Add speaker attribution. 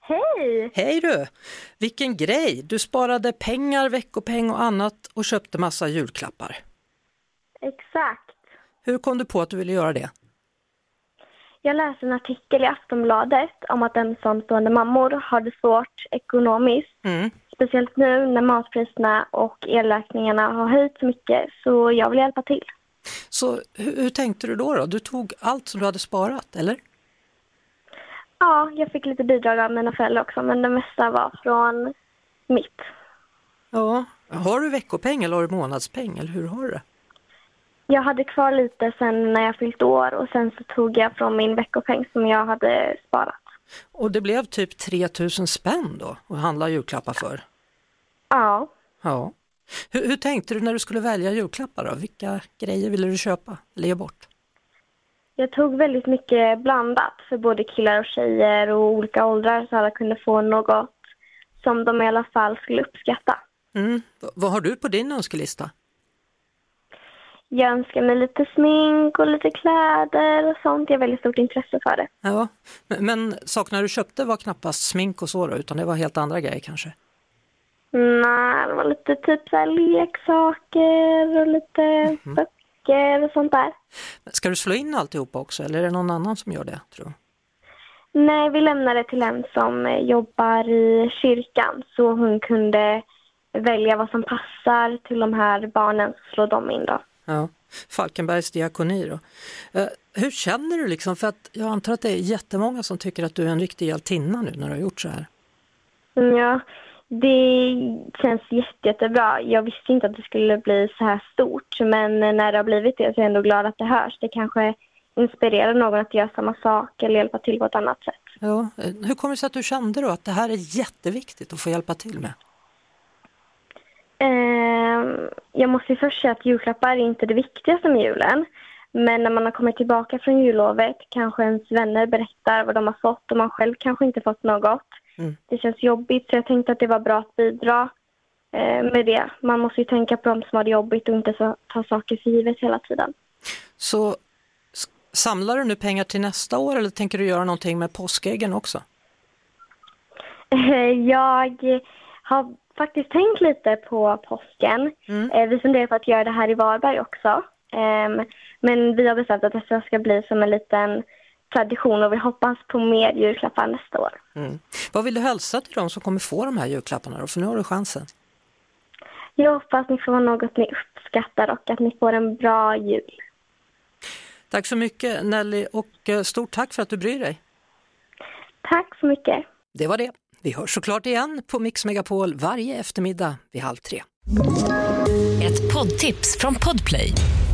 Speaker 1: Hej!
Speaker 2: Hej du! Vilken grej! Du sparade pengar, veckopeng och annat och köpte massa julklappar.
Speaker 1: Exakt.
Speaker 2: Hur kom du på att du ville göra det?
Speaker 1: Jag läste en artikel i Aftonbladet om att ensamstående mammor har det svårt ekonomiskt.
Speaker 2: Mm.
Speaker 1: Speciellt nu när matpriserna och elräkningarna har höjts mycket så jag vill hjälpa till.
Speaker 2: Så hur, hur tänkte du då, då? Du tog allt som du hade sparat, eller?
Speaker 1: Ja, jag fick lite bidrag av mina föräldrar också men det mesta var från mitt.
Speaker 2: Ja. Har du veckopeng eller har du månadspeng, eller hur har du det?
Speaker 1: Jag hade kvar lite sen när jag fyllt år och sen så tog jag från min veckopeng som jag hade sparat.
Speaker 2: Och det blev typ 3000 spänn då att handla julklappar för.
Speaker 1: Ja.
Speaker 2: Ja. Hur, hur tänkte du när du skulle välja julklappar då? Vilka grejer ville du köpa eller ge bort?
Speaker 1: Jag tog väldigt mycket blandat för både killar och tjejer och olika åldrar så alla kunde få något som de i alla fall skulle uppskatta.
Speaker 2: Mm. V- vad har du på din önskelista?
Speaker 1: Jag önskar mig lite smink och lite kläder och sånt. Jag har väldigt stort intresse för det.
Speaker 2: Ja. Men, men sakerna du köpte var knappast smink och så då, utan det var helt andra grejer kanske?
Speaker 1: Nej, det var lite typ så här leksaker och lite böcker och sånt där.
Speaker 2: Men Ska du slå in alltihopa också eller är det någon annan som gör det tror du?
Speaker 1: Nej, vi lämnade till en som eh, jobbar i kyrkan så hon kunde välja vad som passar till de här barnen så slår de in då.
Speaker 2: Ja. Falkenbergs diakoni då. Eh, hur känner du liksom? För att jag antar att det är jättemånga som tycker att du är en riktig hjältinna nu när du har gjort så här.
Speaker 1: Ja, det känns jätte, jättebra. Jag visste inte att det skulle bli så här stort, men när det har blivit det så är jag ändå glad att det hörs. Det kanske inspirerar någon att göra samma sak eller hjälpa till på ett annat sätt.
Speaker 2: Ja. eh, Hur kommer det sig att du kände då att det här är jätteviktigt att få hjälpa till med?
Speaker 1: Ehm, jag måste ju först säga att julklappar är inte det viktigaste med julen. Men när man har kommit tillbaka från jullovet kanske ens vänner berättar vad de har fått och man själv kanske inte fått något.
Speaker 2: Mm.
Speaker 1: Det känns jobbigt så jag tänkte att det var bra att bidra eh, med det. Man måste ju tänka på de som har det jobbigt och inte så, ta saker för givet hela tiden.
Speaker 2: Så s- samlar du nu pengar till nästa år eller tänker du göra någonting med påskäggen också?
Speaker 1: Eh, Jag har faktiskt tänkt lite på påsken. Eh, Vi funderar på att göra det här i Varberg också. Ehm, Men vi har bestämt att det ska bli som en liten tradition och vi hoppas på mer julklappar nästa år.
Speaker 2: Vad vill du hälsa till de som kommer få de här julklapparna då? För nu har du chansen.
Speaker 1: Jag hoppas ni får något ni uppskattar och att ni får en bra jul.
Speaker 2: Tack så mycket Nelly och eh, stort tack för att du bryr dig.
Speaker 1: Tack så mycket.
Speaker 2: Det var det. Vi hörs såklart igen på Mix Megapol varje eftermiddag vid halv tre.
Speaker 3: Ett poddtips från Podplay.